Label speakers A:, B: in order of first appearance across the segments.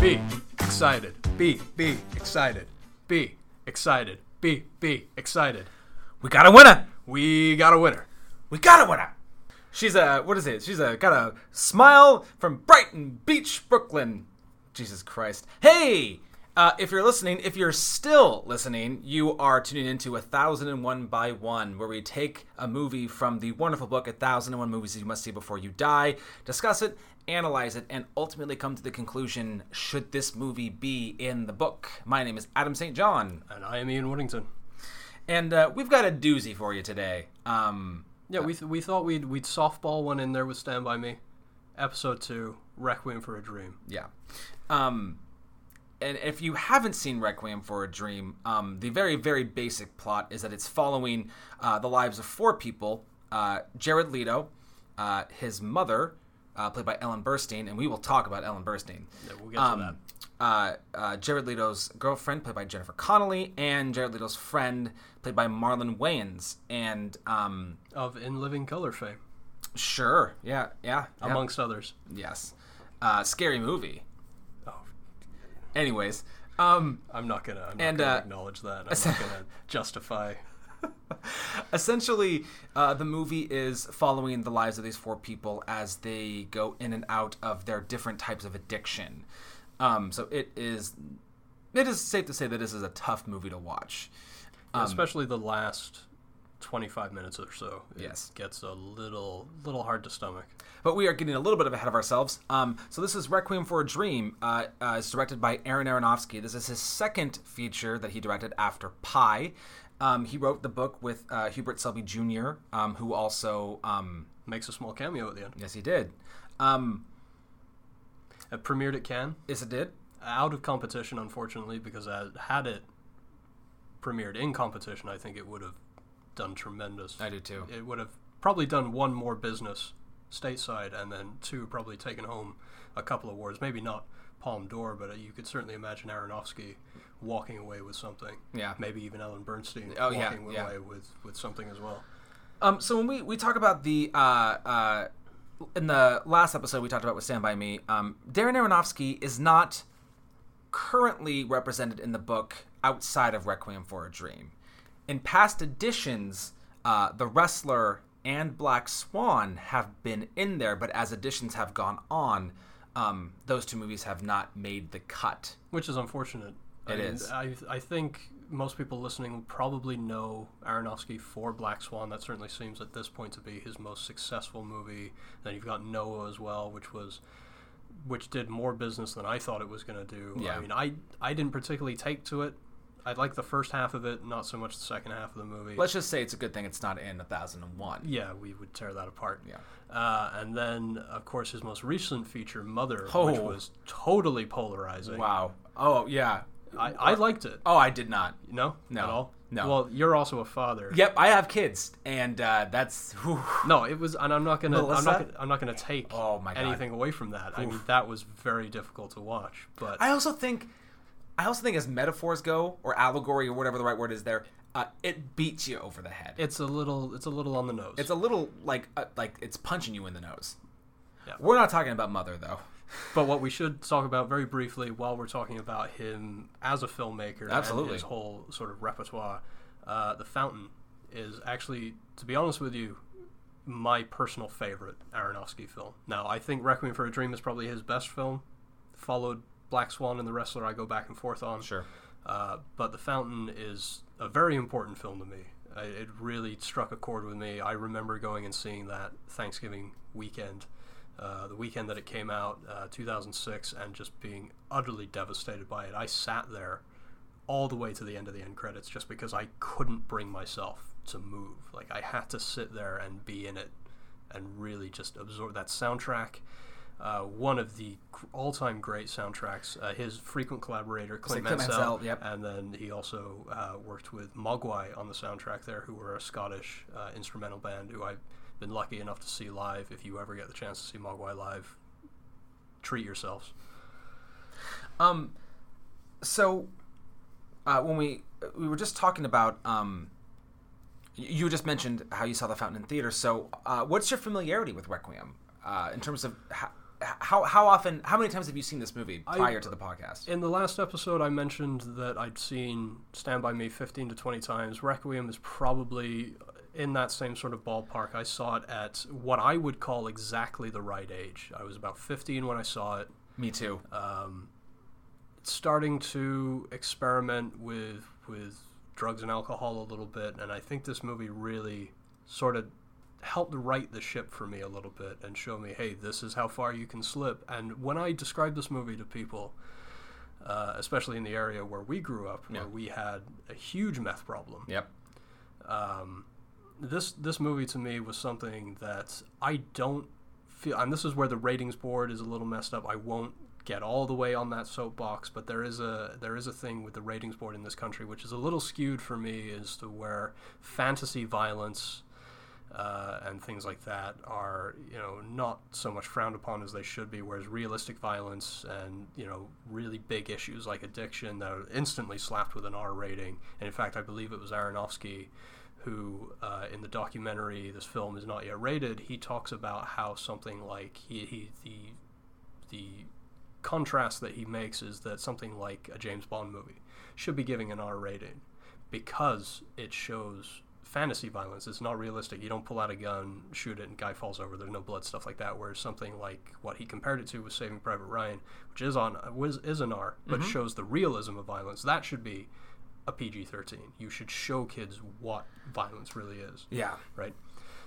A: Be excited. Be
B: Be excited.
A: be excited. Be be excited.
B: We got a winner.
A: We got a winner.
B: We got a winner. She's a what is it? She's a got a smile from Brighton Beach, Brooklyn. Jesus Christ. Hey, uh, if you're listening, if you're still listening, you are tuning into a thousand and one by one, where we take a movie from the wonderful book a thousand and one movies you must see before you die, discuss it, analyze it, and ultimately come to the conclusion: should this movie be in the book? My name is Adam St. John,
A: And I am Ian Woodington.
B: and uh, we've got a doozy for you today. Um,
A: Yeah, we, th- we thought we'd we'd softball one in there with Stand by Me, episode two, Requiem for a Dream.
B: Yeah. Um, and if you haven't seen Requiem for a Dream, um, the very, very basic plot is that it's following uh, the lives of four people uh, Jared Leto, uh, his mother, uh, played by Ellen Burstyn, and we will talk about Ellen Burstyn.
A: Yeah, we'll get to that.
B: Uh, uh, Jared Leto's girlfriend, played by Jennifer Connelly, and Jared Leto's friend, played by Marlon Wayans. And um,
A: Of In Living Color fame,
B: sure, yeah, yeah, yeah.
A: amongst others.
B: yes, uh, scary movie.
A: Oh,
B: Anyways, um,
A: I'm not gonna. I'm not
B: And,
A: gonna
B: uh,
A: acknowledge that. I'm not gonna justify.
B: essentially, uh, the movie is following the lives of these four people as they go in and out of their different types of addiction. Um, so it is, it is safe to say that this is a tough movie to watch.
A: especially the last 25 minutes or so. It
B: Yes.
A: gets a little little hard to stomach.
B: But we are getting a little bit ahead of ourselves. Um, so this is Requiem for a Dream. Uh, uh, it's directed by Aaron Aronofsky. This is his second feature that he directed after Pi. Um, he wrote the book with uh, Hubert Selby Jr., um, who also um,
A: Makes a small cameo at the end.
B: yes, he did. Um,
A: It premiered at Cannes,
B: is it did?
A: out of competition, unfortunately, because I, had it premiered in competition, I think it would have done tremendous.
B: I do too.
A: It would have probably done one more business stateside, and then two probably taken home a couple awards. Maybe not Palm d'Or, but uh, you could certainly imagine Aronofsky walking away with something.
B: Yeah.
A: Maybe even Ellen Bernstein
B: Oh, yeah,
A: walking
B: yeah.
A: away with, with something as well.
B: Um, so when we, we talk about the uh, uh, in the last episode we talked about with Stand by Me, um, Darren Aronofsky is not currently represented in the book outside of Requiem for a Dream. In past editions, uh, The Wrestler and Black Swan have been in there, but as editions have gone on, um, those two movies have not made the cut.
A: Which is unfortunate. I
B: It
A: mean,
B: is.
A: I, I think most people listening will probably know Aronofsky for Black Swan. That certainly seems at this point to be his most successful movie. Then you've got Noah as well, which was which did more business than I thought it was going to do.
B: Yeah.
A: I mean, I I didn't particularly take to it. I liked the first half of it, not so much the second half of the movie.
B: Let's just say it's a good thing it's not in 1001.
A: yeah, we would tear that apart.
B: Yeah.
A: Uh, and then, of course, his most recent feature, Mother, which
B: Oh.
A: was totally polarizing.
B: Wow. Oh, yeah.
A: I, I liked it.
B: Oh, I did not.
A: No,
B: No.
A: at all.
B: No.
A: Well, you're also a father.
B: Yep, I have kids, and uh, that's whew,
A: No, it was, and I'm not gonna, I'm
B: Melissa?
A: not, gonna, I'm not gonna take
B: Oh, my God.
A: anything away from that. I mean, that was very difficult to watch, but
B: I also think, I also think as metaphors go, or allegory, or whatever the right word is there, uh, it beats you over the head.
A: it's a little, it's a little on the nose.
B: it's a little like uh, like it's punching you in the nose.
A: Yeah.
B: We're not talking about mother though.
A: but what we should talk about very briefly while we're talking about him as a filmmaker,
B: Absolutely.
A: and his whole sort of repertoire, uh, The Fountain is actually, to be honest with you, my personal favorite Aronofsky film. Now, I think Requiem for a Dream is probably his best film, followed Black Swan and The Wrestler. I go back and forth on. Uh, but The Fountain is a very important film to me. I, it really struck a chord with me. I remember going and seeing that Thanksgiving weekend, uh, the weekend that it came out, uh, 2006, and just being utterly devastated by it. I sat there all the way to the end of the end credits just because I couldn't bring myself to move. Like, I had to sit there and be in it and really just absorb that soundtrack. Uh, one of the gr- all-time great soundtracks. Uh, his frequent collaborator Clint,
B: Clint
A: Mansell,
B: Mansell, yep.
A: and then he also uh, worked with Mogwai on the soundtrack there, who were a Scottish uh, instrumental band who I've been lucky enough to see live. If you ever get the chance to see Mogwai live, treat yourselves.
B: Um, so uh, when we we were just talking about um You just mentioned how you saw The Fountain in theater. So, uh, what's your familiarity with Requiem uh, in terms of how, how how often, how many times have you seen this movie prior to the podcast?
A: In the last episode, I mentioned that I'd seen Stand By Me 15 to 20 times. Requiem is probably in that same sort of ballpark. I saw it at what I would call exactly the right age. I was about 15 when I saw it.
B: Me too.
A: Uh, starting to experiment with with drugs and alcohol a little bit, and I think this movie really sort of helped right the ship for me a little bit and show me, hey, this is how far you can slip. And when I describe this movie to people, uh, especially in the area where we grew up,
B: Yeah.
A: where we had a huge meth problem,
B: yep.
A: Um, this this movie to me was something that I don't feel, and this is where the ratings board is a little messed up. I won't get all the way on that soapbox, but there is a there is a thing with the ratings board in this country which is a little skewed for me as to where fantasy violence uh, and things like that are you know not so much frowned upon as they should be, whereas realistic violence and you know really big issues like addiction that are instantly slapped with an R rating. And in fact, I believe it was Aronofsky who, uh, in the documentary, this film is not yet rated. He talks about how something like he, he the the contrast that he makes is that something like a James Bond movie should be giving an R rating because it shows fantasy violence. It's not realistic. You don't pull out a gun, shoot it, and guy falls over. There's no blood, stuff like that. Whereas something like what he compared it to was Saving Private Ryan, which is on was, is an R, but shows the realism of violence. That should be a PG-13. You should show kids what violence really is
B: Yeah.
A: right?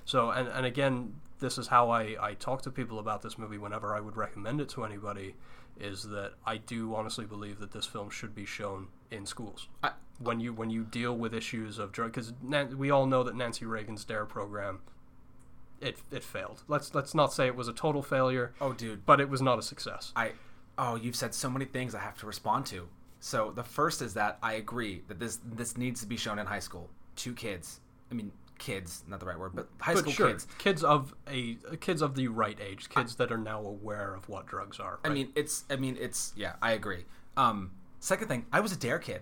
A: So, and, and again, this is how I, I talk to people about this movie whenever I would recommend it to anybody is that I do honestly believe that this film should be shown in schools.
B: I-
A: when you when you deal with issues of drug, because Nan- we all know that Nancy Reagan's DARE program, it, it failed. Let's let's not say it was a total failure,
B: Oh, dude.
A: but it was not a success.
B: I oh, you've said so many things I have to respond to. So the first is that I agree that this this needs to be shown in high school to kids. I mean, kids, not the right word, but high
A: But
B: school
A: sure,
B: kids.
A: kids of a kids of the right age, kids that are now aware of what drugs are.
B: I
A: right?
B: mean, it's. I mean, it's. Yeah, I agree. Um, second thing, I was a dare kid.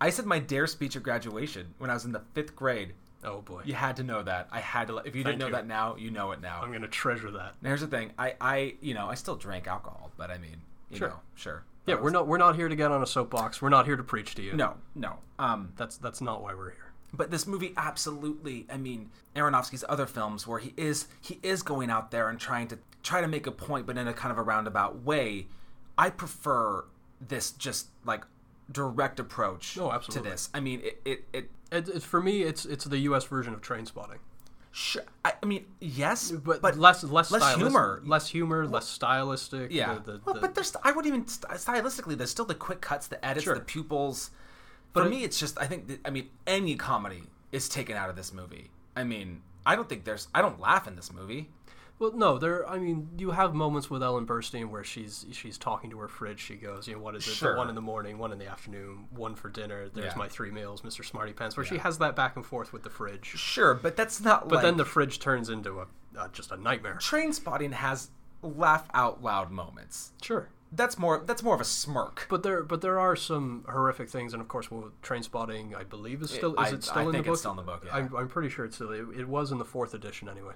B: I said my dare speech at graduation when I was in the fifth grade.
A: oh boy,
B: You had to know that. I had to. let- If you didn't
A: Thank
B: know
A: you.
B: that now, you know it now.
A: I'm gonna treasure that.
B: Now, here's the thing. I, I, you know, I still drank alcohol, but I mean, you
A: Sure.
B: know, sure.
A: Yeah, we're not we're not here to get on a soapbox. We're not here to preach to you.
B: No, no. Um,
A: that's that's not why we're here.
B: but this movie absolutely i mean aronofsky's other films where he is he is going out there and trying to try to make a point but in a kind of a roundabout way i prefer this just like direct approach
A: No, Oh, absolutely.
B: to this i mean it it, it
A: It, it, for me, it's it's the U.S. version of Train Spotting,
B: sure I, I mean yes
A: but, less less
B: less
A: stylis-
B: humor.
A: less humor, less stylistic.
B: yeah
A: the, the,
B: well,
A: the-
B: but there's i would even st- stylistically there's still the quick cuts the edits
A: Sure.
B: the pupils for me it's just i think that, i mean any comedy is taken out of this movie i mean i don't think there's i don't laugh in this movie
A: well, no, there. I mean, you have moments with Ellen Burstyn where she's she's talking to her fridge. She goes, you know, what is it? The
B: Sure.
A: One in the morning, one in the afternoon, one for dinner. There's
B: Yeah.
A: my three meals, Mr. Smarty Pants. Where she has that back and forth with the fridge,
B: Sure, but that's not
A: but
B: like
A: then the fridge turns into a uh, just a nightmare.
B: train spotting has laugh out loud moments.
A: Sure.
B: That's more that's more of a smirk.
A: But there, but there are some horrific things, and of course, well, train spotting. I believe is still
B: I-
A: is it still
B: I
A: in the
B: think
A: book?
B: it's still in the book, yeah.
A: I'm, I'm pretty sure it's still. It, it was in the fourth edition anyway.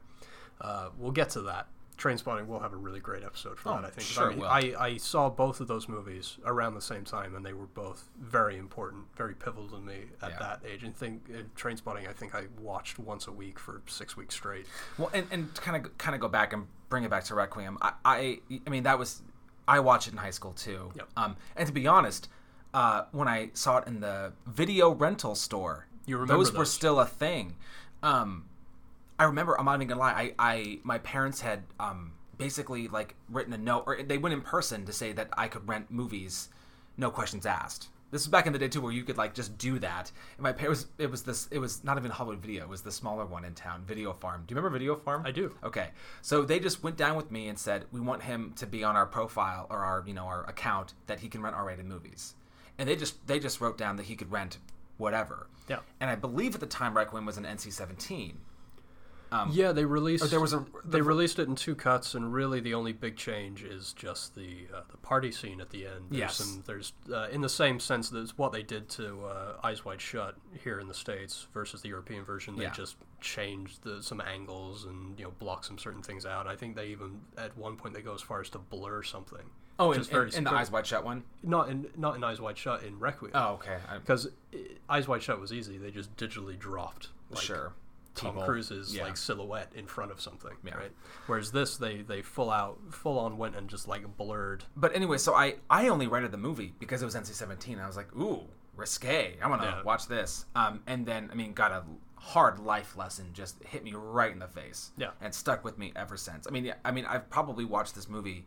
A: Uh, we'll get to that. Train spotting. We'll have a really great episode for that. I think. 'cause
B: Oh, sure
A: I, mean,
B: will.
A: I I saw both of those movies around the same time, and they were both very important, very pivotal to me at
B: Yeah.
A: that age. And think uh, train spotting. I think I watched once a week for six weeks straight.
B: Well, and and kind of kind of go back and bring it back to Requiem. I I, I mean that was I watched it in high school too.
A: Yep.
B: Um, and to be honest, uh, when I saw it in the video rental store,
A: You remember
B: those were
A: those.
B: still a thing. Um, I remember. I'm not even gonna lie. I, I my parents had um, basically like written a note, or they went in person to say that I could rent movies, no questions asked. This was back in the day too, where you could like just do that. And my parents, it was this, it was not even Hollywood Video, it was the smaller one in town, Video Farm. Do you remember Video Farm?
A: I do.
B: Okay, so they just went down with me and said we want him to be on our profile or our you know our account that he can rent R-rated movies, and they just they just wrote down that he could rent whatever.
A: Yeah.
B: And I believe at the time Requiem was an NC-17. Um,
A: Yeah, they released.
B: there was a-
A: They
B: the-
A: released it in two cuts, and really the only big change is just the uh, the party scene at the end. There's
B: Yes.
A: some, there's uh, in the same sense that's what they did to uh, Eyes Wide Shut here in the states versus the European version. They
B: Yeah.
A: just changed the, some angles and you know block some certain things out. I think they even at one point they go as far as to blur something.
B: Oh,
A: which
B: in,
A: is very
B: in, in the
A: strange.
B: Eyes Wide Shut one.
A: Not in not in Eyes Wide Shut in Requiem.
B: Oh, okay. I,
A: Because uh, Eyes Wide Shut was easy. They just digitally dropped. Like,
B: sure.
A: Tom
B: People-
A: Cruise's
B: yeah.
A: like silhouette in front of something,
B: Yeah.
A: right? Whereas this, they they full out, full on went and just like blurred.
B: But anyway, so I I only rented the movie because it was NC-17. I was like, ooh, risque. I want to
A: Yeah.
B: watch this. Um, and then I mean, got a hard life lesson just hit me right in the face.
A: Yeah.
B: And stuck with me ever since. I mean, yeah, I mean, I've probably watched this movie,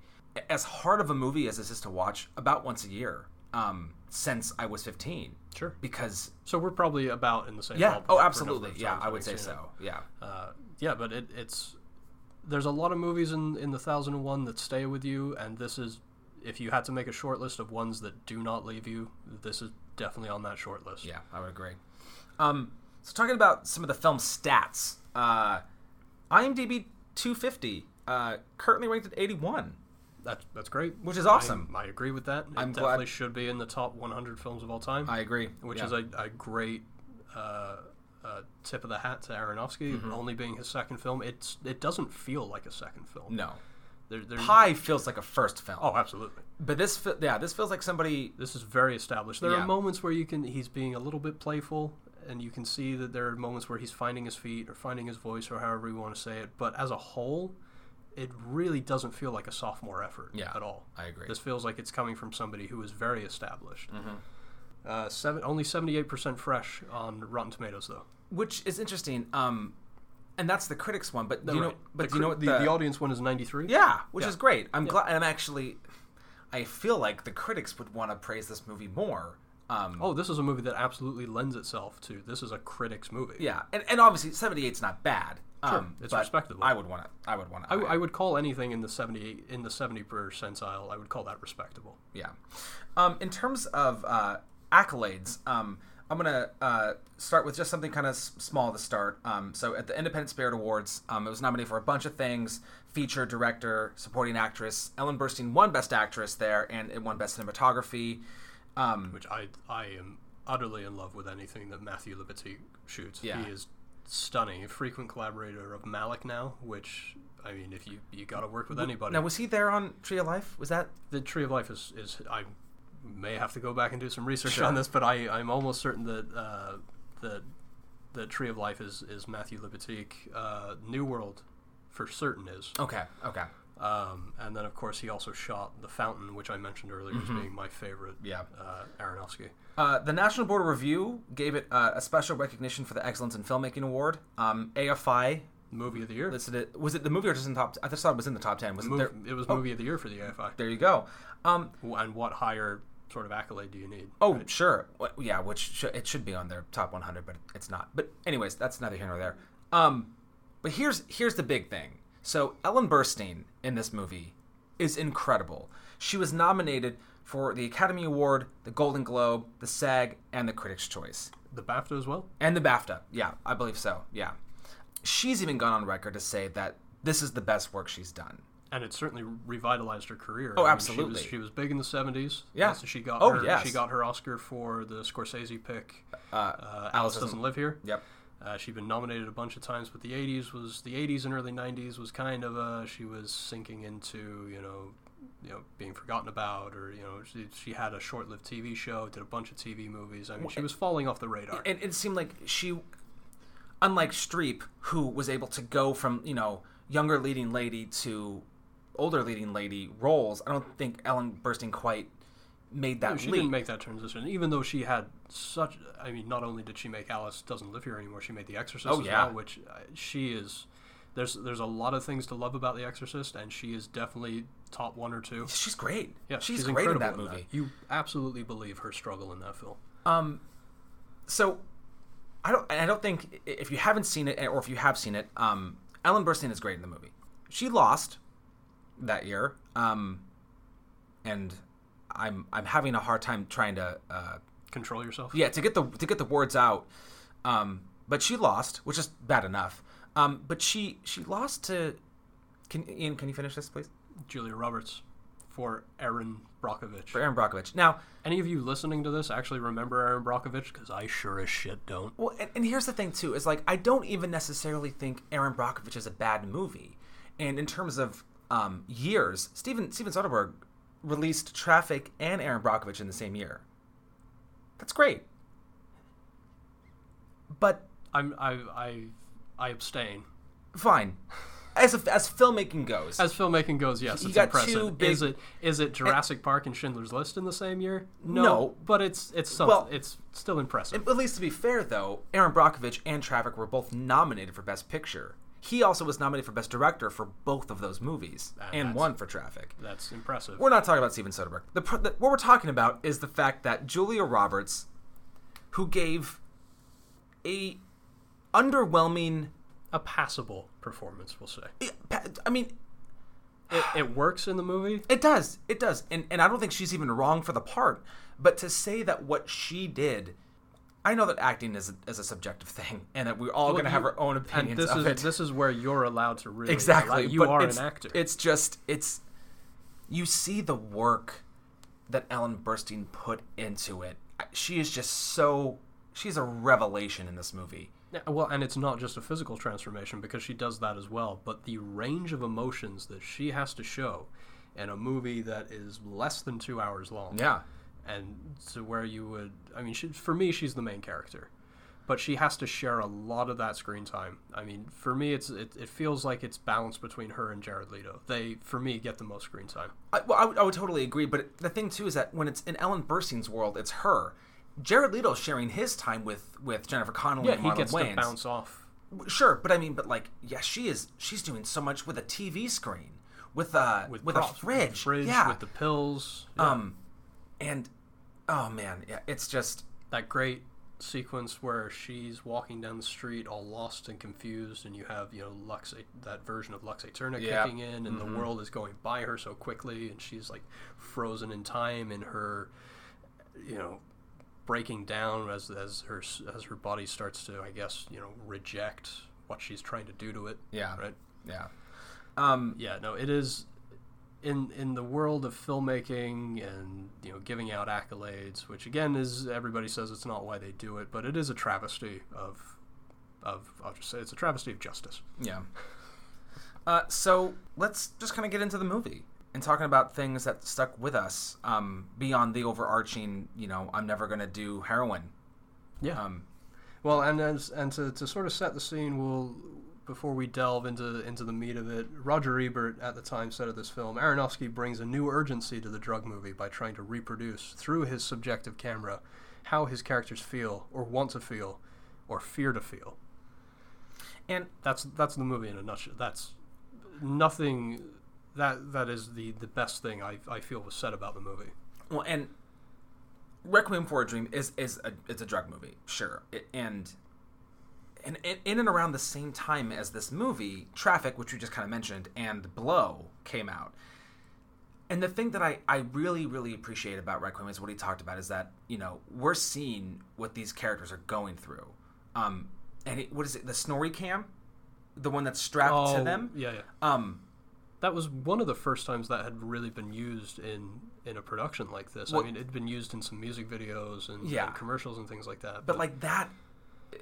B: as hard of a movie as this is to watch, about once a year um, since I was 15.
A: Sure.
B: Because
A: So we're probably about in the same. ballpark for
B: yeah, oh,
A: number of
B: absolutely,
A: times
B: yeah, I
A: we've
B: would say
A: seen it.
B: so. Yeah.
A: Uh, yeah, but it, it's there's a lot of movies in in the thousand and one that stay with you, and this is if you had to make a short list of ones that do not leave you, this is definitely on that short list.
B: Yeah, I would agree. Um, so talking about some of the film stats, uh, IMDb 250 uh, currently ranked at 81,
A: That's that's great.
B: which is awesome.
A: I, I agree with that. It
B: I'm glad-
A: definitely should be in the top 100 films of all time.
B: I agree.
A: which
B: yeah.
A: is a, a great uh, uh, tip of the hat to Aronofsky,
B: Mm-hmm.
A: only being his second film. It's it doesn't feel like a second film.
B: no
A: There, there,
B: pie feels like a first film,
A: Mm. oh, absolutely.
B: but this fe- yeah this feels like somebody
A: This is very established. There
B: Yeah.
A: are moments where you can he's being a little bit playful, and you can see that there are moments where he's finding his feet or finding his voice or however you want to say it. But as a whole, it really doesn't feel like a sophomore effort
B: Yeah,
A: at all.
B: I agree.
A: This feels like it's coming from somebody who is very established.
B: Mm-hmm.
A: Uh, seven, only seventy-eight percent fresh on Rotten Tomatoes, though.
B: which is interesting. Um, and that's the critics one, but do you know,
A: Right.
B: but
A: the,
B: do you know what
A: the, the audience one is 93
B: Yeah, which is great. I'm glad. I'm actually, I feel like the critics would want to praise this movie more. Um,
A: oh this is a movie that absolutely lends itself to this is a critics movie
B: Yeah, and, and obviously 78's not bad.
A: Sure,
B: um,
A: it's
B: but
A: respectable.
B: I would want to. I would want
A: I,
B: to.
A: I would call anything in the 70 in the 70 percentile i would call that respectable
B: yeah. Um, in terms of uh, accolades, um, I'm gonna uh, start with just something kind of s- small to start. Um, so at the Independent Spirit Awards, um, it was nominated for a bunch of things: feature, director, supporting actress. Ellen Burstyn won Best Actress there, and it won Best Cinematography. Um,
A: which i i am utterly in love with anything that matthew libatique shoots
B: Yeah.
A: he is stunning a frequent collaborator of malik now which i mean if you you got to work with anybody
B: now was he there on Tree of Life? Was that
A: the tree of life is is i may have to go back and do some research
B: Sure.
A: on this but i i'm almost certain that uh that the tree of life is is matthew libatique uh new world for certain is
B: okay? Okay.
A: um and then of course he also shot the fountain which i mentioned earlier as being my favorite
B: Mm-hmm. Yeah.
A: uh aronofsky
B: Uh, the National Board of Review gave it uh, a special recognition for the Excellence in Filmmaking Award. Um, AFI
A: movie of the year
B: listed it. Was it the movie or just in the top? I just thought it was in the top ten. Was it
A: Mov-
B: there? Oh.
A: it was movie of the year for the afi
B: There you go. Um,
A: and what higher sort of accolade do you need
B: oh, sure. Wh- Yeah, which sh- it should be on their top 100, but it's not. But anyways, that's neither here nor there. Um, but here's here's the big thing. So Ellen Burstyn in this movie is incredible. She was nominated for the Academy Award, the Golden Globe, the SAG, and the Critics' Choice.
A: the bafta as well
B: And the BAFTA. Yeah, I believe so. Yeah. She's even gone on record to say that this is the best work she's done.
A: and it certainly revitalized her career.
B: Oh,
A: I mean,
B: absolutely.
A: she was, she was big in the seventies.
B: Yeah.
A: so she got
B: Oh,
A: her
B: yes.
A: she got her Oscar for the Scorsese pick. Uh, Alice, doesn't, live here.
B: Yep.
A: Uh, she'd been nominated a bunch of times, but the '80s was the '80s and early '90s was kind of uh, she was sinking into you know, you know, being forgotten about, or you know, she, she had a short-lived TV show, did a bunch of TV movies. I mean, she was falling off the radar.
B: And it seemed like she, unlike Streep, who was able to go from, you know, younger leading lady to older leading lady roles, I don't think Ellen Burstyn quite made that
A: she
B: leap.
A: didn't make that transition, even though she had such. I mean, not only did she make Alice doesn't live here anymore, she made The Exorcist
B: Oh,
A: as
B: yeah.
A: well, which uh, she is. There's there's a lot of things to love about The Exorcist, and she is definitely top one or two.
B: She's great.
A: Yeah,
B: she's,
A: she's,
B: great in
A: incredible
B: that movie.
A: You absolutely believe her struggle in that film.
B: so I don't I don't think if you haven't seen it or if you have seen it, um, Ellen Burstyn is great in the movie. She lost that year, um, and I'm I'm having a hard time trying to uh,
A: Control yourself.
B: yeah to get the to get the words out. Um, but she lost, which is bad enough. Um, but she she lost to. Can Ian? Can you finish this, please?
A: Julia Roberts for Aaron Brockovich.
B: For Aaron Brockovich. Now,
A: Any of you listening to this actually remember Aaron Brockovich? Because I sure as shit don't.
B: Well, and, and here's the thing too is like I don't even necessarily think Aaron Brockovich is a bad movie, and in terms of um, years, Steven Steven Soderbergh released Traffic and Aaron Brockovich in the same year. That's great. But
A: I'm I I I abstain.
B: fine, as a, as filmmaking goes,
A: As filmmaking goes, yes,
B: You
A: it's
B: got two
A: impressive.
B: big-
A: Is it is it Jurassic Park and Schindler's List in the same year?
B: No.
A: but it's it's something.
B: Well-
A: it's still impressive.
B: At least to be fair, though, Aaron Brockovich and Traffic were both nominated for Best Picture. He also was nominated for Best Director for both of those movies, and
A: Ah, that's-
B: won for Traffic.
A: That's impressive.
B: We're not talking about Steven Soderbergh. The, pr- the what we're talking about is the fact that Julia Roberts, who gave a underwhelming, eh,
A: A passable performance, we'll say.
B: I mean,
A: It, it works in the movie.
B: It does. It does. And and I don't think she's even wrong for the part. But to say that what she did, I know that acting is a, is a subjective thing, and that we're all going to have
A: you-
B: our own
A: And
B: opinions
A: this
B: of
A: is
B: it.
A: this is where you're allowed to really
B: exactly.
A: allow- you
B: but
A: are
B: it's,
A: an actor.
B: It's just it's you see the work that Ellen Burstyn put into it. She is just so she's a revelation in this movie.
A: Yeah, well, and it's not just a physical transformation because she does that as well, but the range of emotions that she has to show in a movie that is less than two hours long.
B: Yeah.
A: and to where you would i mean she, for me she's the main character but she has to share a lot of that screen time i mean for me it's it, it feels like it's balanced between her and jared leto they for me get the most screen time
B: I, well, I would, I would totally agree. But the thing too is that when it's in Ellen Burstyn's world, it's her. Jared Leto sharing his time with with Jennifer Connelly and
A: he
B: Marlon
A: gets to
B: Wayans.
A: bounce off
B: Sure, but I mean, but like, yeah, she is. She's doing so much with a TV screen, with a with, a
A: props,
B: fridge,
A: with, the fridge,
B: yeah.
A: with the pills yeah.
B: um, and oh man, yeah, it's just
A: that great sequence where she's walking down the street all lost and confused and you have you know Lux that version of Lux Aeterna
B: Yeah.
A: kicking in and the world is going by her so quickly and she's like frozen in time and her you know breaking down as as her as her body starts to I guess you know reject what she's trying to do to it
B: yeah,
A: right
B: yeah. Um,
A: yeah no it is in in the world of filmmaking and you know giving out accolades which again is everybody says it's not why they do it but it is a travesty of of I'll just say it's a travesty of justice
B: yeah. Uh, so let's just kind of get into the movie and talking about things that stuck with us um, beyond the overarching, you know, I'm never gonna do heroin.
A: yeah
B: Um,
A: well and as, and to, to sort of set the scene we'll before we delve into into the meat of it Roger Ebert at the time said of this film Aronofsky brings a new urgency to the drug movie by trying to reproduce through his subjective camera how his characters feel or want to feel or fear to feel
B: and
A: that's that's the movie in a nutshell. That's nothing. That that is the the best thing I I feel was said about the movie.
B: Well, and Requiem for a Dream is is a it's a drug movie, sure, It- and. And in- in and around the same time as this movie, Traffic, which we just kind of mentioned, and Blow came out. And the thing that I, I really, really appreciate about Requiem is what he talked about is that, you know, we're seeing what these characters are going through. Um, and it, what is it, the Snorri Cam? The one that's strapped to them?
A: Oh, yeah, yeah.
B: Um,
A: That was one of the first times that had really been used in in a production like this.
B: Well-
A: I mean, it'd been used in some music videos and,
B: Yeah.
A: and commercials and things like that.
B: but like that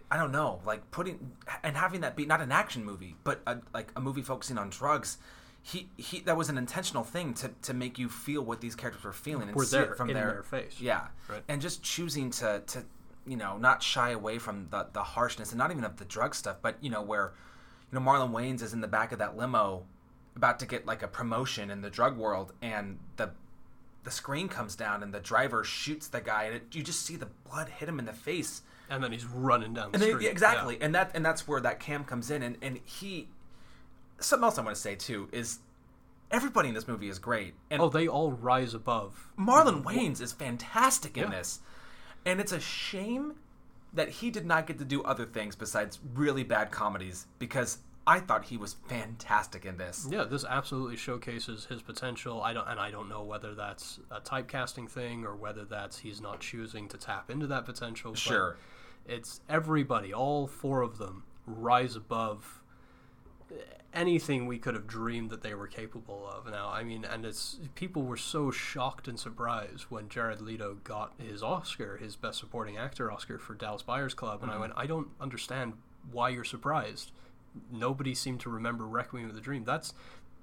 B: i don't know like putting and having that be not an action movie but a, like a movie focusing on drugs he, he that was an intentional thing to, to make you feel what these characters were feeling and
A: Were
B: see it
A: there,
B: from
A: in
B: their,
A: their face.
B: yeah
A: Right.
B: and just choosing to to you know not shy away from the the harshness and not even of the drug stuff but you know where you know marlon wayans is in the back of that limo about to get like a promotion in the drug world and the the screen comes down and the driver shoots the guy and it, you just see the blood hit him in the face
A: and then he's running down the
B: and then-
A: street.
B: exactly, and that and that's where that cam comes in, and and he. Something else I want to say too is, everybody in this movie is great, and
A: Yeah. Oh, they all rise above.
B: Marlon Wayans is fantastic in this, and it's a shame that he did not get to do other things besides really bad comedies because I thought he was fantastic in this.
A: Yeah, this absolutely showcases his potential. I don't, and I don't know whether that's a typecasting thing or whether that's he's not choosing to tap into that potential. but
B: Sure.
A: it's everybody, all four of them, rise above anything we could have dreamed that they were capable of. Now, I mean, and it's people were so shocked and surprised when Jared Leto got his Oscar, his Best Supporting Actor Oscar for Dallas Buyers Club,
B: Mm-hmm.
A: and I went, I don't understand why you're surprised. Nobody seemed to remember Requiem of the Dream. That's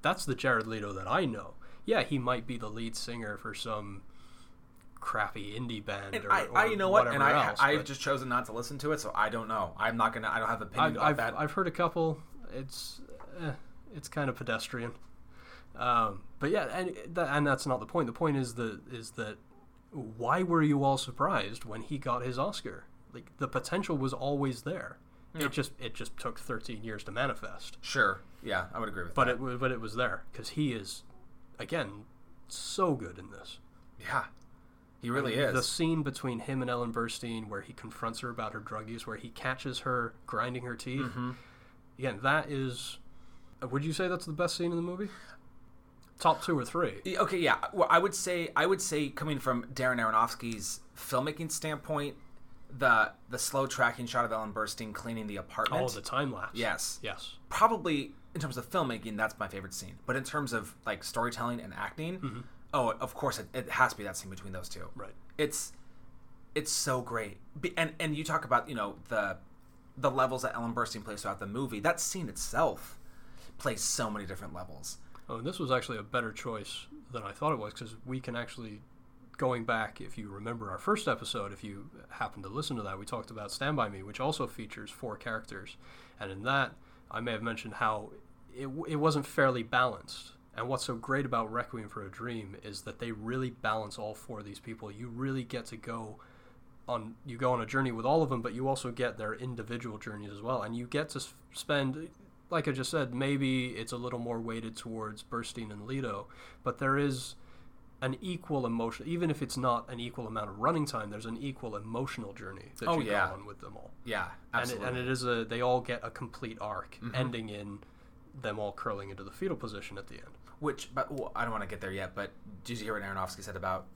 A: that's the Jared Leto that I know. Yeah, he might be the lead singer for some crappy indie band
B: And
A: or,
B: I, I,
A: or
B: you know what? And
A: whatever
B: I,
A: else,
B: I've
A: but-
B: just chosen not to listen to it, so I don't know. I'm not gonna. I don't have an opinion
A: I've,
B: about
A: I've,
B: that.
A: I've heard a couple. It's eh, it's kind of pedestrian. Um, but yeah, and that, and that's not the point. The point is that is that why were you all surprised when he got his Oscar? Like the potential was always there.
B: Yeah.
A: It just it just took 13 years to manifest.
B: sure. Yeah, I would agree with
A: But
B: that.
A: it wa- but it was there because he is again so good in this.
B: yeah, he really is.
A: The scene between him and Ellen Burstyn, where he confronts her about her drug use, where he catches her grinding her teeth.
B: Mm-hmm.
A: Again, that is. uh, Would you say that's the best scene in the movie? Top two or three?
B: Yeah, Okay, yeah. Well, I would say I would say coming from Darren Aronofsky's filmmaking standpoint, the the slow tracking shot of Ellen Burstyn cleaning the apartment.
A: Oh, the time lapse.
B: yes.
A: Yes.
B: Probably in terms of filmmaking, that's my favorite scene. But in terms of like storytelling and acting, oh, of course it, it has to be that scene between those two.
A: Mm-hmm. Right.
B: It's it's so great. Be- And and you talk about you know the the levels that Ellen Burstyn plays throughout the movie. That scene itself plays so many different levels.
A: Oh, and this was actually a better choice than I thought it was because we can actually, going back, if you remember our first episode, if you happen to listen to that, we talked about Stand By Me, which also features four characters. And in that, I may have mentioned how it, w- it wasn't fairly balanced. And what's so great about Requiem for a Dream is that they really balance all four of these people. You really get to go on you go on a journey with all of them, but you also get their individual journeys as well, and you get to s- spend, like I just said, maybe it's a little more weighted towards Burstein and Leto, but there is an equal emotion, even if it's not an equal amount of running time. There's an equal emotional journey that
B: Oh,
A: you
B: yeah.
A: go on with them all,
B: Yeah,
A: and it,
B: absolutely. Mm-hmm.
A: and it is a they all get a complete arc, ending in them all curling into the fetal position at the end.
B: Which, but well, I don't want to get there yet. But did you hear what Aronofsky said about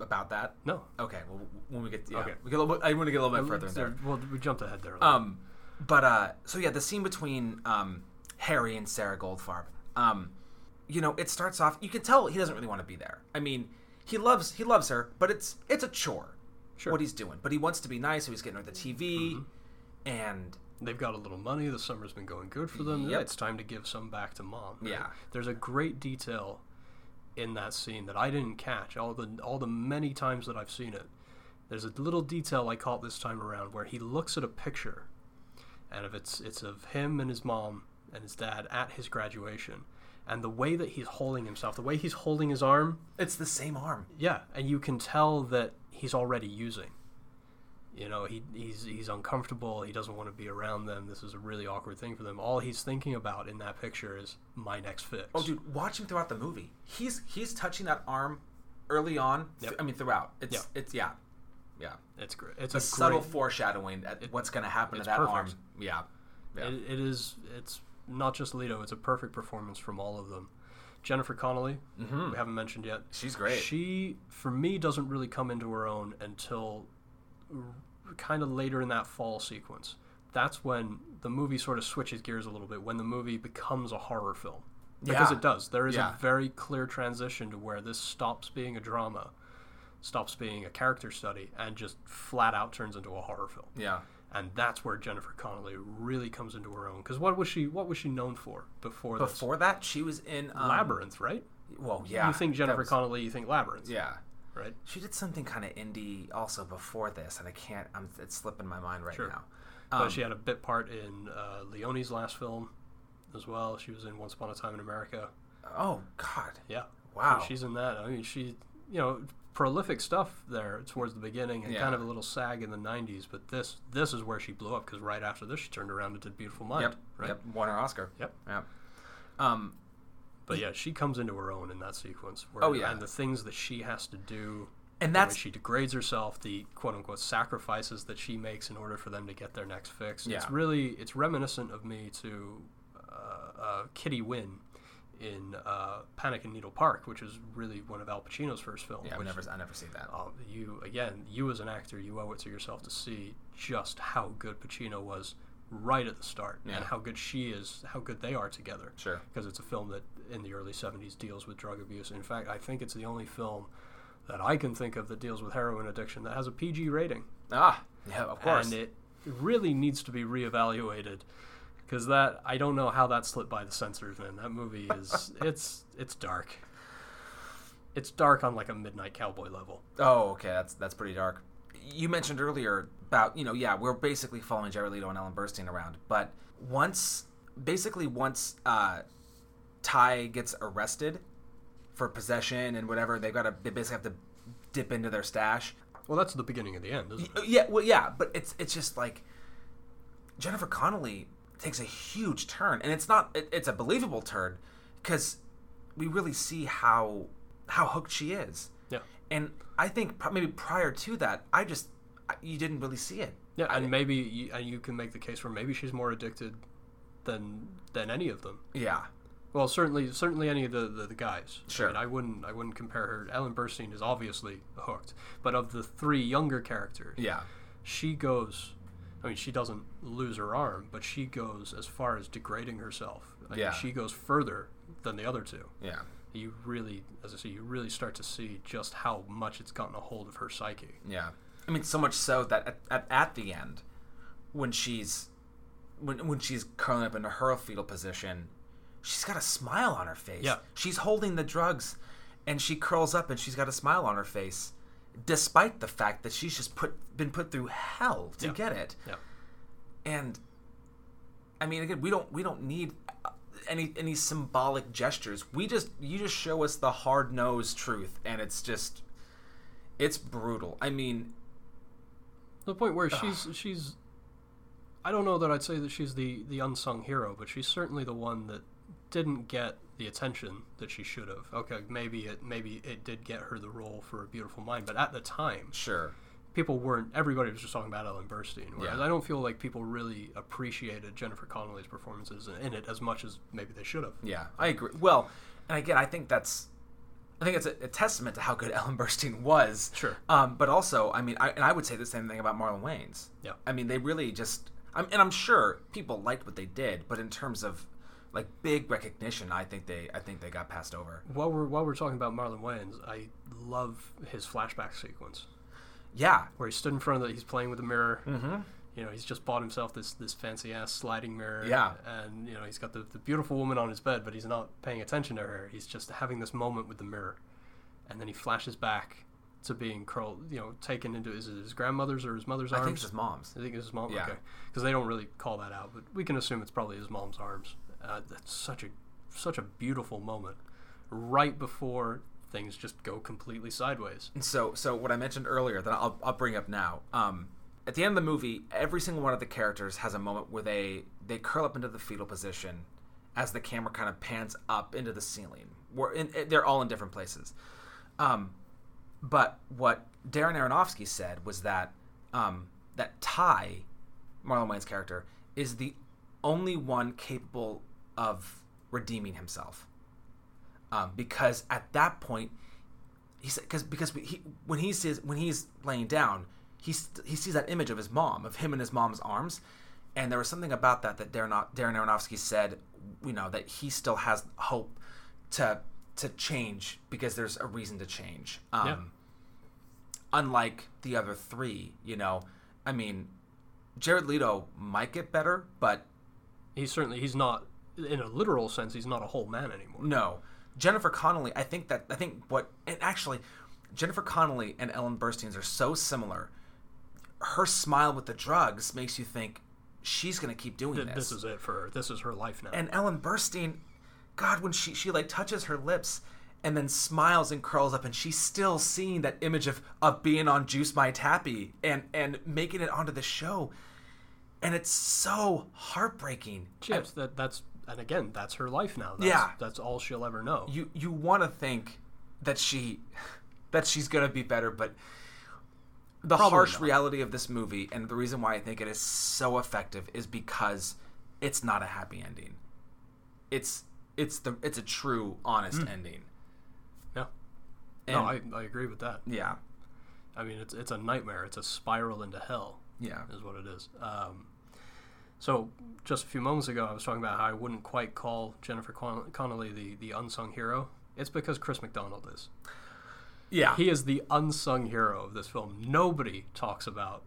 B: about that?
A: No,
B: Okay, well, when we get yeah,
A: Okay.
B: we get a little, bit- I want to get a little bit further in there.
A: well, we jumped ahead there. a little.
B: Um, but uh, so yeah, the scene between um Harry and Sarah Goldfarb, um, you know, it starts off. You can tell he doesn't really want to be there. I mean, he loves he loves her, but it's it's a chore.
A: Sure.
B: What he's doing, but he wants to be nice, so he's getting her the TV,
A: Mm-hmm.
B: and
A: They've got a little money. The summer's been going good for them.
B: Yep.
A: It's time to give some back to mom. right?
B: Yeah.
A: There's a great detail in that scene that I didn't catch all the all the many times that I've seen it. There's a little detail I caught this time around where he looks at a picture, and if it's it's of him and his mom and his dad at his graduation, and the way that he's holding himself, the way he's holding his arm,
B: it's the same arm.
A: yeah, and you can tell that he's already using. You know, he he's he's uncomfortable. He doesn't want to be around them. This is a really awkward thing for them. All he's thinking about in that picture is my next fix.
B: Oh, dude, watch him throughout the movie. He's he's touching that arm early on. th- I mean, throughout. It's
A: Yeah.
B: it's yeah, yeah.
A: it's great. It's
B: A
A: a
B: subtle
A: great.
B: foreshadowing at what's going to happen to
A: it's
B: that
A: perfect.
B: arm. Yeah, yeah.
A: It, it is. It's not just Leto. It's a perfect performance from all of them. Jennifer Connelly,
B: Mm-hmm.
A: we haven't mentioned yet.
B: She's great.
A: She, for me, doesn't really come into her own until r- kind of later in that fall sequence. That's when the movie sort of switches gears a little bit, when the movie becomes a horror film. Because
B: Yeah.
A: it does. There is
B: Yeah.
A: a very clear transition to where this stops being a drama, stops being a character study, and just flat out turns into a horror film
B: yeah.
A: and that's where Jennifer Connelly really comes into her own. Because what was she? What was she known for before this?
B: Before that, she was in um,
A: Labyrinth, right?
B: Well, yeah.
A: you think
B: that
A: Jennifer
B: was-
A: Connelly, you think Labyrinth,
B: Yeah.
A: right?
B: She did something kind of indie also before this, and I can't. I'm, it's slipping my mind right now.
A: But
B: Um,
A: she had a bit part in uh, Leone's last film as well. She was in Once Upon a Time in America.
B: Oh God.
A: Yeah,
B: Wow.
A: she's in that. I mean, she, you know, prolific stuff there towards the beginning, and
B: Yeah.
A: kind of a little sag in the '90s. But this, this is where she blew up because right after this, she turned around and did Beautiful Mind.
B: Yep.
A: Right.
B: Yep. Won her Oscar.
A: Yep.
B: Yep. Um.
A: But yeah, she comes into her own in that sequence. Where,
B: Oh, yeah.
A: and the things that she has to do,
B: And
A: the way
B: that's-
A: she degrades herself, the quote unquote sacrifices that she makes in order for them to get their next fix.
B: Yeah.
A: It's really it's reminiscent of me to uh, uh, Kitty Wynn in uh, Panic in Needle Park, which is really one of Al Pacino's first films.
B: Yeah. I've
A: which,
B: never. I never seen that.
A: uh, you again, you as an actor, you owe it to yourself to see just how good Pacino was right at the start
B: Yeah.
A: and how good she is, how good they are together.
B: Sure.
A: Because it's a film that in the early 70s deals with drug abuse. In fact, I think it's the only film that I can think of that deals with heroin addiction that has a PG rating.
B: Ah, yeah, of course.
A: And it really needs to be reevaluated because that I don't know how that slipped by the censors, man. That movie is it's it's dark. It's dark on like a Midnight Cowboy level.
B: Oh, okay, that's that's pretty dark. You mentioned earlier about you know yeah we're basically following Jared Leto and Ellen Burstyn around, but once basically once uh, Ty gets arrested for possession and whatever, they've got to they basically have to dip into their stash.
A: Well, that's the beginning of the end, isn't it?
B: Yeah, well, yeah, but it's it's just like Jennifer Connelly takes a huge turn, and it's not it, it's a believable turn because we really see how how hooked she is.
A: Yeah.
B: And I think pro- maybe prior to that, I just I- you didn't really see it.
A: Yeah, and maybe you, and you can make the case where maybe she's more addicted than than any of them.
B: Yeah.
A: Well, certainly, certainly any of the, the, the guys.
B: Sure.
A: I, mean, I wouldn't, I wouldn't compare her. Ellen Burstyn is obviously hooked, but of the three younger characters,
B: Yeah.
A: she goes. I mean, she doesn't lose her arm, but she goes as far as degrading herself. I mean,
B: Yeah.
A: she goes further than the other two.
B: Yeah.
A: You really, as I say, you really start to see just how much it's gotten a hold of her psyche.
B: Yeah. I mean, so much so that at, at, at the end, when she's when when she's curling up into her fetal position, she's got a smile on her face.
A: Yeah.
B: She's holding the drugs, and she curls up and she's got a smile on her face, despite the fact that she's just put been put through hell to
A: Yeah.
B: get it.
A: Yeah.
B: and i mean again we don't we don't need uh, any any symbolic gestures we just you just show us the hard-nosed truth and it's just it's brutal i mean
A: the point where she's she's I don't know that I'd say that she's the the unsung hero, but she's certainly the one that didn't get the attention that she should have. Okay, maybe it maybe it did get her the role for A Beautiful Mind, but at the time,
B: sure
A: people weren't everybody was just talking about Ellen Burstyn. Whereas
B: Yeah.
A: I don't feel like people really appreciated Jennifer Connelly's performances in it as much as maybe they should have.
B: yeah i agree well and again i think that's i think it's a, a testament to how good ellen burstyn was
A: Sure.
B: um, but also i mean I, and i would say the same thing about marlon waynes
A: Yeah.
B: I mean, they really just. I'm, and I'm sure people liked what they did, but in terms of like big recognition, I think they I think they got passed over.
A: While we're while we're talking about Marlon Wayans, I love his flashback sequence.
B: Yeah,
A: where he stood in front of the, he's playing with the mirror. Mm-hmm. You know, he's just bought himself this this fancy ass sliding mirror.
B: Yeah.
A: and you know he's got the, the beautiful woman on his bed, but he's not paying attention to her. He's just having this moment with the mirror, and then he flashes back to being curled, you know, taken into is it his grandmother's or his mother's
B: I
A: arms?
B: think it's his mom's.
A: I think it's his mom.
B: Yeah.
A: Okay, because they don't really call that out, but we can assume it's probably his mom's arms. Uh, that's such a such a beautiful moment, right before things just go completely sideways.
B: And so so what I mentioned earlier that I'll, I'll bring up now. Um, at the end of the movie, every single one of the characters has a moment where they they curl up into the fetal position as the camera kind of pans up into the ceiling. We're in, eh, they're all in different places. Um, but what Darren Aronofsky said was that um, that Ty, Marlon Wayne's character, is the only one capable of redeeming himself, um, because at that point, he said because because he, when he sees when he's laying down, he st- he sees that image of his mom, of him in his mom's arms, and there was something about that that Darren, Darren Aronofsky said, you know, that he still has hope to to change because there's a reason to change. Um,
A: Yeah.
B: Unlike the other three, you know, I mean, Jared Leto might get better, but
A: he's certainly he's not in a literal sense he's not a whole man anymore
B: No, Jennifer Connelly. I think that I think what and actually, Jennifer Connelly and Ellen Burstyn's are so similar. Her smile with the drugs makes you think she's going to keep doing
A: Th- this is it for her this is her life now
B: and Ellen Burstyn, God, when she she like touches her lips and then smiles and curls up, and she's still seeing that image of of being on Juice My Tappy and and making it onto the show, and it's so heartbreaking.
A: chips that that's and again that's her life now that's,
B: Yeah.
A: that's all she'll ever know
B: you you want to think that she that she's gonna be better, but the
A: Probably
B: harsh
A: not.
B: reality of this movie and the reason why I think it is so effective is because it's not a happy ending. It's it's the it's a true honest ending.
A: yeah
B: And
A: Mm. no I, I agree with that
B: yeah
A: i mean it's it's a nightmare it's a spiral into hell
B: yeah
A: is what it is um So just a few moments ago, I was talking about how I wouldn't quite call Jennifer Con- Connelly the, the unsung hero. It's because Chris McDonald is.
B: Yeah.
A: He is the unsung hero of this film. Nobody talks about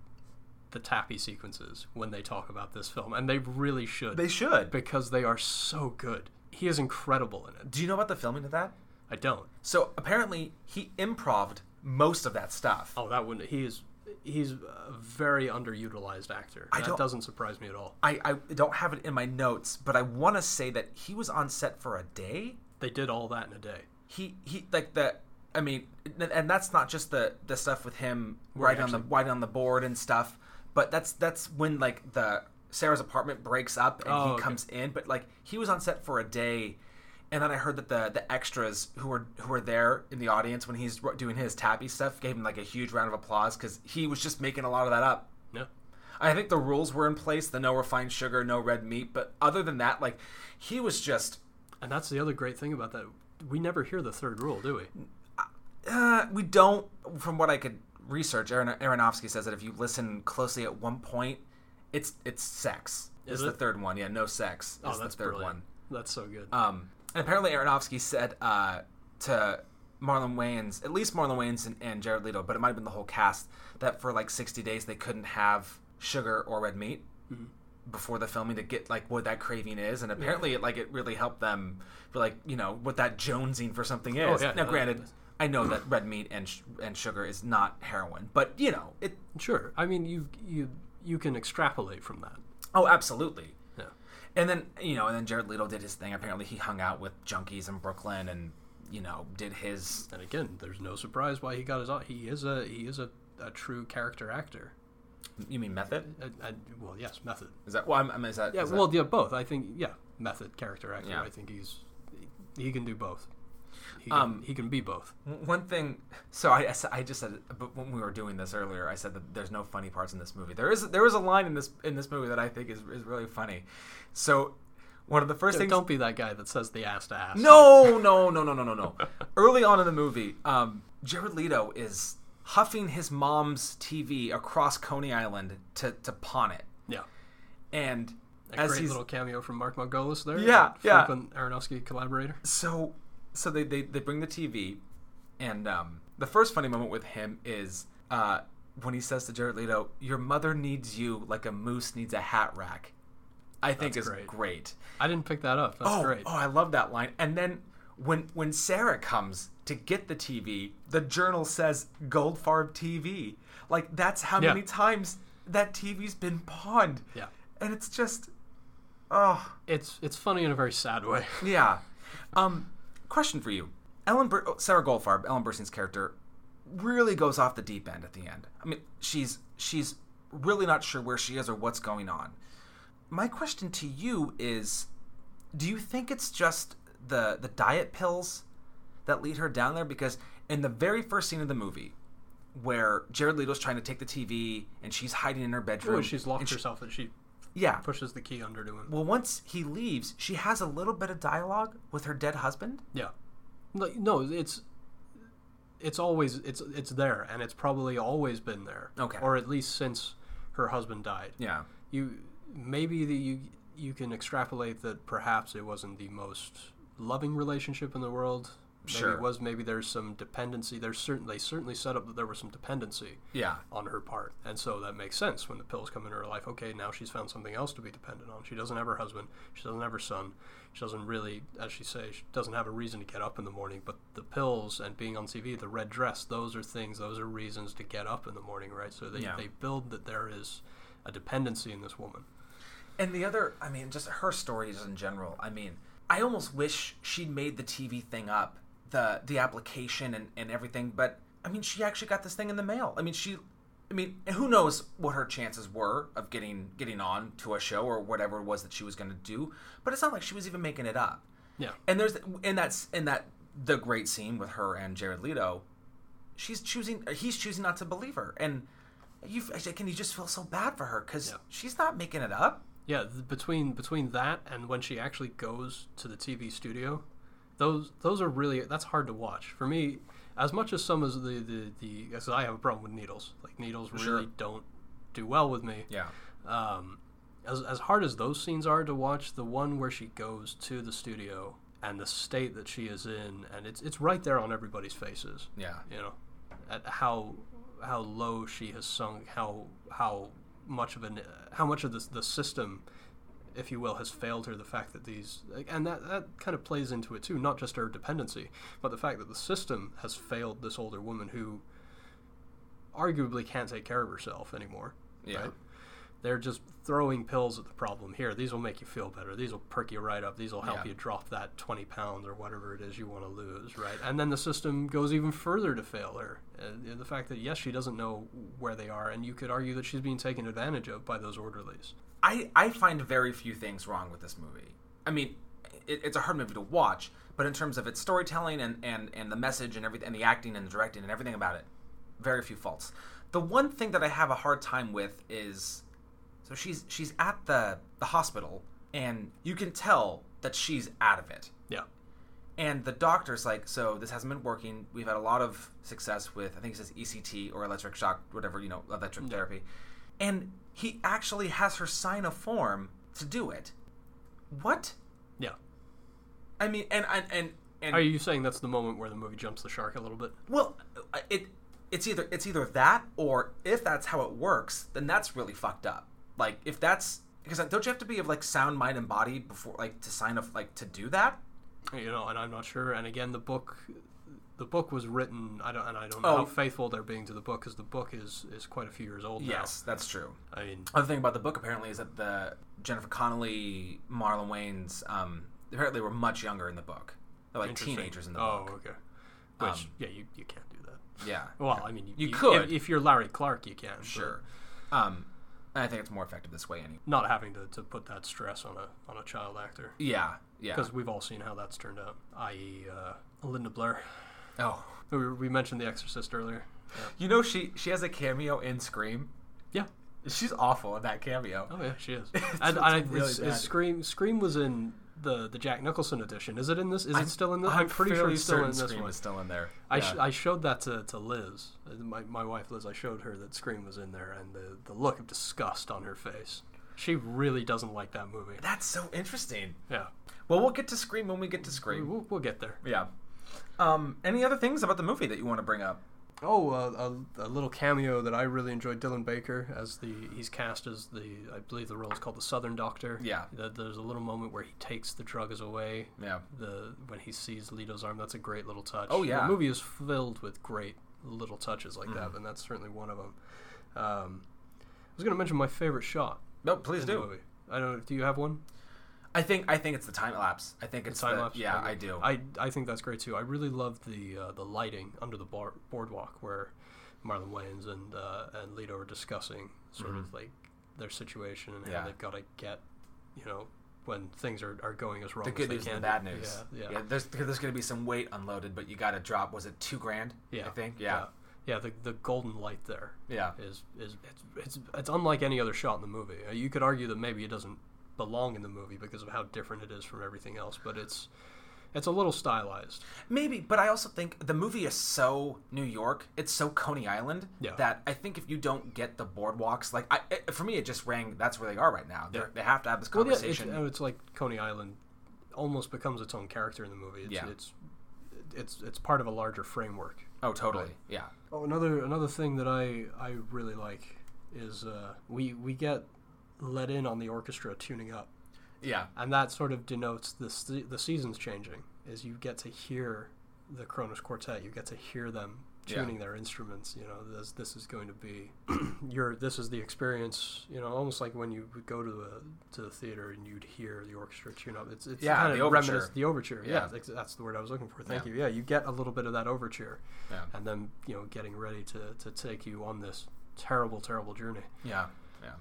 A: the tappy sequences when they talk about this film, and they really should
B: they should.
A: because they are so good. He is incredible in it.
B: Do you know about the filming of that?
A: I don't.
B: So apparently he improved most of that stuff.
A: Oh, that wouldn't. He is. He's a very underutilized actor.
B: I
A: that
B: don't-
A: doesn't surprise me at all.
B: I, I don't have it in my notes, but I want to say that he was on set for a day.
A: They did all that in a day.
B: He he like the I mean, and- and that's not just the the stuff with him right on the right on the board and stuff, but that's that's when like the Sarah's apartment breaks up and
A: Oh,
B: he
A: okay.
B: comes in. But like he was on set for a day, and then I heard that the the extras who were who were there in the audience when he's doing his tappy stuff gave him like a huge round of applause because he was just making a lot of that up.
A: Yeah.
B: I think the rules were in place, the no refined sugar, no red meat, but other than that, like he was just
A: And that's the other great thing about that. We never hear the third rule, do we?
B: uh, we don't from what I could research, Aaron Aronofsky says that if you listen closely at one point, it's it's sex. Is
A: Is
B: the
A: it? Oh,
B: third one. Yeah, no sex is the third one.
A: That's so good.
B: Um, and apparently Aronofsky said uh, to Marlon Wayans, at least Marlon Wayans and, and Jared Leto, but it might have been the whole cast, that for like 60 days they couldn't have sugar or red meat before the filming to get like what that craving is. And apparently it like it really helped them for like, you know, what that jonesing for something is.
A: yeah,
B: now,
A: no,
B: granted,
A: that's-
B: I know that red meat and sh- and sugar is not heroin, but you know, it.
A: sure. I mean, you you you can extrapolate from that.
B: Oh, absolutely.
A: Yeah.
B: And then you know, and then Jared Leto did his thing. Apparently, he hung out with junkies in Brooklyn, and you know, did his
A: And again, there's no surprise why he got his. au- He is a he is a, a true character actor.
B: You mean method?
A: And, and, well, yes, method.
B: Is that well? I'm, I mean, is that
A: Yeah,
B: is that-
A: well, yeah, both. I think yeah, method character actor.
B: Yeah.
A: I think he's he, he can do both. He can,
B: Um,
A: he can be both.
B: w- one thing. So I, I s- I just said, but when we were doing this earlier, I said that there's no funny parts in this movie. There is there is a line in this in this movie that I think is is really funny. So one of the first things.
A: Don't be that guy that says the ass to ass.
B: No, no, no, no, no, no, no. Early on in the movie, um, Jared Leto is huffing his mom's TV across Coney Island to to pawn it,
A: Yeah.
B: and
A: A
B: as
A: great
B: he's
A: little cameo from Mark Margolis there.
B: Yeah, yeah.
A: frequent Aronofsky collaborator.
B: so so they, they they bring the TV, and um, the first funny moment with him is uh, when he says to Jared Leto, "Your mother needs you like a moose needs a hat rack." I think is
A: great.
B: great.
A: I didn't pick that up. That's
B: Oh,
A: great.
B: oh, I love that line. And then when when Sarah comes to get the TV, the journal says Goldfarb TV. Like that's how
A: Yeah.
B: many times that TV's been pawned.
A: Yeah.
B: and it's just, oh.
A: It's it's funny in a very sad way.
B: Yeah. Um, question for you. Ellen Bur- oh, Sarah Goldfarb, Ellen Burstyn's character, really goes off the deep end at the end. I mean, she's she's really not sure where she is or what's going on. My question to you is, do you think it's just the the diet pills that lead her down there? Because in the very first scene of the movie, where Jared Leto's trying to take the TV and she's hiding in her bedroom,
A: Well, she's locked
B: and she-
A: herself and she
B: Yeah.
A: pushes the key under to him.
B: Well, once he leaves, she has a little bit of dialogue with her dead husband.
A: Yeah. No, no, it's it's always it's it's there and it's probably always been there.
B: Okay.
A: Or at least since her husband died.
B: Yeah.
A: You maybe the, you you can extrapolate that perhaps it wasn't the most loving relationship in the world. Maybe
B: Sure.
A: it was maybe there's some dependency. There's certain they certainly set up that there was some dependency
B: Yeah.
A: on her part. And so that makes sense when the pills come into her life. Okay, now she's found something else to be dependent on. She doesn't have her husband. She doesn't have her son. She doesn't really, as she says, she doesn't have a reason to get up in the morning. But the pills and being on TV, the red dress, those are things, those are reasons to get up in the morning, right? So they,
B: Yeah.
A: they build that there is a dependency in this woman.
B: And the other, I mean, just her stories in general. I mean, I almost wish she'd made the TV thing up, the the application and, and everything. But I mean, she actually got this thing in the mail. I mean, she, I mean, who knows what her chances were of getting getting on to a show or whatever it was that she was going to do. But it's not like she was even making it up.
A: Yeah.
B: And there's and that's and that the great scene with her and Jared Leto, she's choosing he's choosing not to believe her, and you can you just feel so bad for her because
A: Yeah.
B: she's not making it up.
A: Yeah, th- between between that and when she actually goes to the TV studio, those those are really that's hard to watch for me. As much as some as the the the as I have a problem with needles, like needles really
B: Sure.
A: don't do well with me.
B: Yeah,
A: Um, as as hard as those scenes are to watch, the one where she goes to the studio and the state that she is in, and it's it's right there on everybody's faces.
B: Yeah.
A: You know, at how how low she has sunk, how how much of an how much of the the system, if you will, has failed her. The fact that these and that that kind of plays into it too, not just her dependency, but the fact that the system has failed this older woman who arguably can't take care of herself anymore.
B: Yeah.
A: Right? They're just throwing pills at the problem. Here, these will make you feel better. These will perk you right up. These will help
B: Yeah.
A: you drop that 20 pounds or whatever it is you want to lose, right? And then the system goes even further to fail her. Uh, the fact that, yes, she doesn't know where they are, and you could argue that she's being taken advantage of by those orderlies.
B: I, I find very few things wrong with this movie. I mean, it, it's a hard movie to watch, but in terms of its storytelling and, and, and the message and everything, and the acting and the directing and everything about it, very few faults. The one thing that I have a hard time with is, so she's she's at the the hospital, and you can tell that she's out of it.
A: Yeah.
B: And the doctor's like, so this hasn't been working. We've had a lot of success with, I think it says ECT or electric shock, whatever, you know, electric therapy. And he actually has her sign a form to do it. What?
A: Yeah.
B: I mean, and, and, and, and
A: Are you saying that's the moment where the movie jumps the shark a little bit?
B: well, uh, it, it's either, it's either that or if that's how it works, then that's really fucked up. Like, if that's, because don't you have to be of like sound mind and body before, like, to sign up, like, to do that?
A: you know, and I'm not sure. And again, the book, the book was written. I don't, and I don't know
B: Oh.
A: how faithful they're being to the book because the book is is quite a few years old
B: Yes, that's true.
A: now. I mean,
B: other thing about the book apparently is that the Jennifer Connelly, Marlon Wayans, um, apparently were much younger in the book. They're like
A: interesting.
B: teenagers in the
A: oh,
B: book.
A: okay. Which,
B: Um,
A: yeah, you, you can't do that.
B: Yeah,
A: Well, I mean,
B: You
A: if-
B: could.
A: if, you're Larry Clark, you can. but
B: sure. Um, and I think it's more effective this way anyway.
A: Not having to, to put that stress on a on a child actor
B: Yeah, yeah.
A: because we've all seen how that's turned out. I.e., uh, Linda Blair.
B: Oh,
A: We, we mentioned The Exorcist earlier. Yeah.
B: you know she she has a cameo in Scream.
A: yeah.
B: She's awful in that cameo.
A: Oh yeah, she is.
B: It's-
A: and
B: it's
A: I,
B: really
A: is,
B: bad.
A: is Scream Scream was in the the Jack Nicholson edition. Is it in this? Is it still in this?
B: I'm,
A: pretty sure
B: fairly
A: it's still
B: certain
A: in this
B: Scream
A: one.
B: is still in there.
A: I,
B: Yeah.
A: sh- I showed that to, to Liz, uh, my, my wife Liz. I showed her that Scream was in there, and the, the look of disgust on her face. She really doesn't like that movie.
B: That's so interesting.
A: Yeah,
B: Well, we'll get to Scream when we get to
A: We-
B: Scream.
A: we'll, we'll get there.
B: Yeah. Um, any other things about the movie that you want to bring up?
A: Oh, uh, a, a little cameo that I really enjoyed. Dylan Baker as the he's cast as the I believe the role is called the Southern Doctor.
B: Yeah.
A: That there's a little moment where he takes the drugs away
B: Yeah.
A: the when he sees Leto's arm. That's a great little touch.
B: Oh, yeah. Mm.
A: the movie is filled with great little touches like that, and that's certainly one of them. Um, I was going to mention my favorite shot
B: No, please
A: in
B: do.
A: the movie. I don't. Do you have one?
B: I think I think it's the time lapse. I think it's the
A: Time lapse.
B: Yeah,
A: Okay.
B: I do.
A: I I think that's great too. I really love the uh, the lighting under the bar- boardwalk where Marlon Wayans and uh, and Leto are discussing sort of like their situation and
B: Mm-hmm. Yeah.
A: how they've got to get, you know, when things are, are going as wrong.
B: the
A: as
B: good
A: they
B: news
A: can
B: and the
A: be.
B: bad news.
A: Yeah, yeah.
B: there's there's gonna be some weight unloaded, but you got to drop. Was it two grand?
A: Yeah,
B: I think. Yeah.
A: yeah. The the golden light there
B: Yeah.
A: is is it's, it's it's unlike any other shot in the movie. Uh, You could argue that maybe it doesn't belong in the movie because of how different it is from everything else, but it's it's a little stylized.
B: Maybe, but I also think the movie is so New York. It's so Coney Island
A: Yeah.
B: that I think if you don't get the boardwalks, like I, it, for me, it just rang. That's where they are right now. They're, they have to have this
A: Well, yeah, it's,
B: conversation.
A: oh, it's like Coney Island almost becomes its own character in the movie. It's,
B: Yeah.
A: it's it's it's part of a larger framework.
B: oh, totally. Yeah.
A: Oh, another another thing that I I really like is uh, we we get let in on the orchestra tuning up.
B: Yeah.
A: and that sort of denotes the se- the seasons changing. Is you get to hear the Kronos Quartet, you get to hear them
B: Yeah.
A: tuning their instruments. You know, this this is going to be your this is the experience. You know, almost like when you would go to a to the theater and you'd hear the orchestra tune up. It's it's
B: Yeah,
A: kind
B: the
A: of
B: overture.
A: reminiscent the overture.
B: Yeah.
A: Yeah, ex- that's the word I was looking for. Thank
B: Yeah.
A: you. Yeah, you get a little bit of that overture,
B: Yeah.
A: and then you know getting ready to to take you on this terrible terrible journey
B: Yeah. Yeah.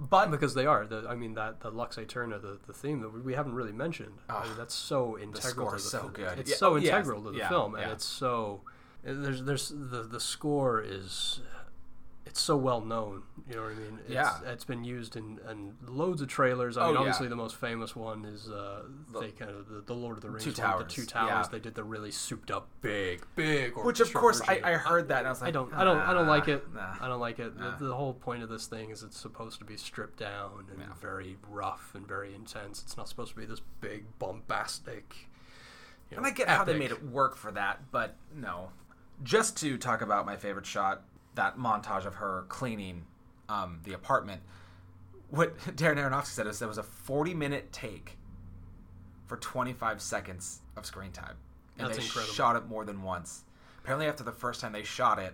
B: But
A: because they are the i mean that the lux aeterna the, the theme that we, we haven't really mentioned I mean, that's so integral
B: Ah, score
A: to
B: is
A: the
B: so
A: film.
B: good.
A: it's
B: Yeah,
A: so
B: yes,
A: integral to the
B: yeah,
A: film and
B: yeah.
A: it's so there's there's the the score is it's so well known. You know what I mean? It's,
B: Yeah.
A: it's been used in, in loads of trailers. I
B: Oh,
A: mean,
B: yeah.
A: obviously the most famous one is uh, they kind of the, the Lord of the Rings,
B: Two
A: one, the
B: Towers,
A: Two Towers.
B: yeah.
A: They did the really souped up, big, big.
B: Which of
A: orchestra
B: course I,
A: version.
B: I heard that and I was like,
A: I don't, I don't, I don't like
B: "Nah,
A: it.
B: nah."
A: I don't like it. The-
B: nah.
A: The, whole point of this thing is it's supposed to be stripped down and
B: Yeah.
A: very rough and very intense. It's not supposed to be this big bombastic. you
B: And
A: know,
B: I get how they
A: epic.
B: made it work for that, but no. Just to talk about my favorite shot, that montage of her cleaning um, the apartment. What Darren Aronofsky said was there was a 40 minute take for 25 seconds of screen time. And
A: That's
B: they
A: incredible.
B: shot it more than once. Apparently, after the first time they shot it,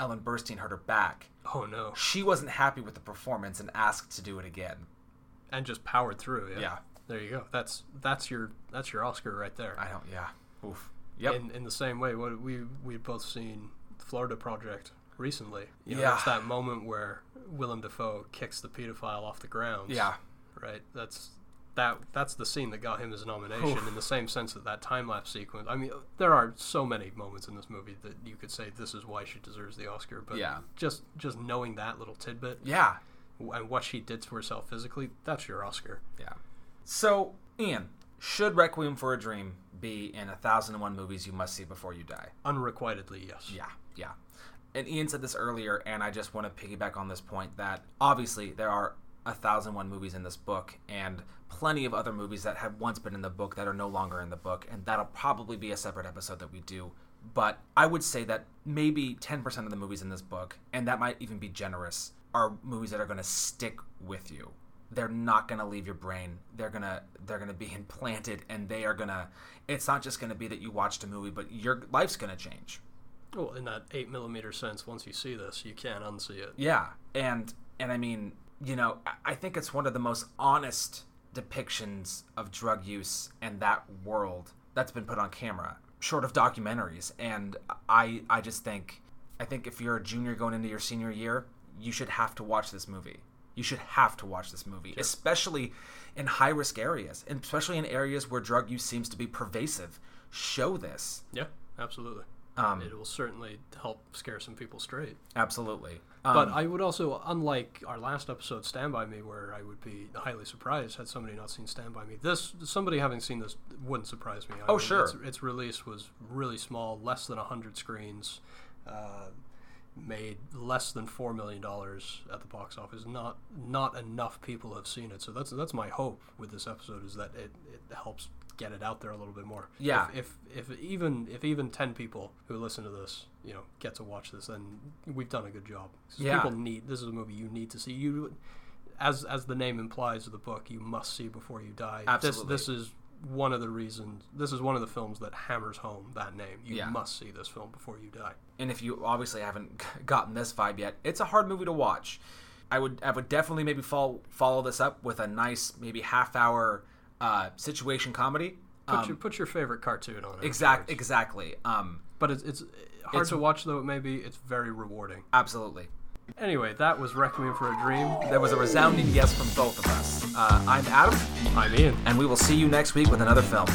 B: Ellen Burstyn hurt her back.
A: Oh no!
B: She wasn't happy with the performance and asked to do it again.
A: And just powered through. Yeah.
B: Yeah.
A: There you go. That's that's your that's your Oscar right there.
B: I don't, yeah. Oof. Yep.
A: in, in the same way what we we've both seen Florida Project recently. You know,
B: Yeah.
A: It's that moment where Willem Dafoe kicks the pedophile off the ground.
B: yeah.
A: Right. That's that that's the scene that got him his nomination in the same sense that that time lapse sequence. I mean, there are so many moments in this movie that you could say this is why she deserves the Oscar, but
B: Yeah.
A: just just knowing that little tidbit
B: Yeah.
A: w- and what she did to herself physically, that's your Oscar.
B: Yeah. So, Ian, should Requiem for a Dream be in a thousand and one movies you must see before you die?
A: Unrequitedly, yes.
B: Yeah, yeah. And Ian said this earlier, and I just want to piggyback on this point that obviously there are a thousand and one movies in this book, and plenty of other movies that have once been in the book that are no longer in the book, and that'll probably be a separate episode that we do. But I would say that maybe 10% of the movies in this book, and that might even be generous, are movies that are going to stick with you they're not going to leave your brain they're going to they're going to be implanted and they are going to it's not just going to be that you watched a movie but your life's going to change
A: Well, in that eight millimeter sense, once you see this, you can't unsee it.
B: yeah and and i mean you know I- i think it's one of the most honest depictions of drug use and that world that's been put on camera short of documentaries and i i just think i think if you're a junior going into your senior year you should have to watch this movie you should have to watch this movie especially in high risk areas and especially in areas where drug use seems to be pervasive show this
A: Yeah, absolutely.
B: Um,
A: it will certainly help scare some people straight.
B: absolutely
A: But
B: Um,
A: I would also, unlike our last episode, Stand By Me, where I would be highly surprised had somebody not seen Stand By Me. This, somebody having seen this wouldn't surprise me. I
B: Oh, sure.
A: Its, its release was really small, less than 100 screens, uh, made less than $4 million at the box office. Not not enough people have seen it. So that's that's my hope with this episode is that it, it helps get it out there a little bit more.
B: Yeah.
A: If, if if even if even 10 people who listen to this, you know, get to watch this, then we've done a good job.
B: Yeah.
A: People need this is a movie you need to see. You, as as the name implies of the book, you must see before you die.
B: Absolutely.
A: This, this is one of the reasons. This is one of the films that hammers home that name. You
B: Yeah.
A: must see this film before you die.
B: and if you obviously haven't gotten this vibe yet, it's a hard movie to watch. I would I would definitely maybe follow follow this up with a nice maybe half hour uh, situation comedy.
A: Put
B: Um,
A: your put your favorite cartoon on it.
B: exact exactly. Um,
A: But it's it's hard
B: It's-
A: to watch though. It may be. It's very rewarding.
B: absolutely.
A: Anyway, that was Requiem for a Dream.
B: There was a resounding yes from both of us. Uh, I'm Adam,
A: I'm Ian.
B: and we will see you next week with another film.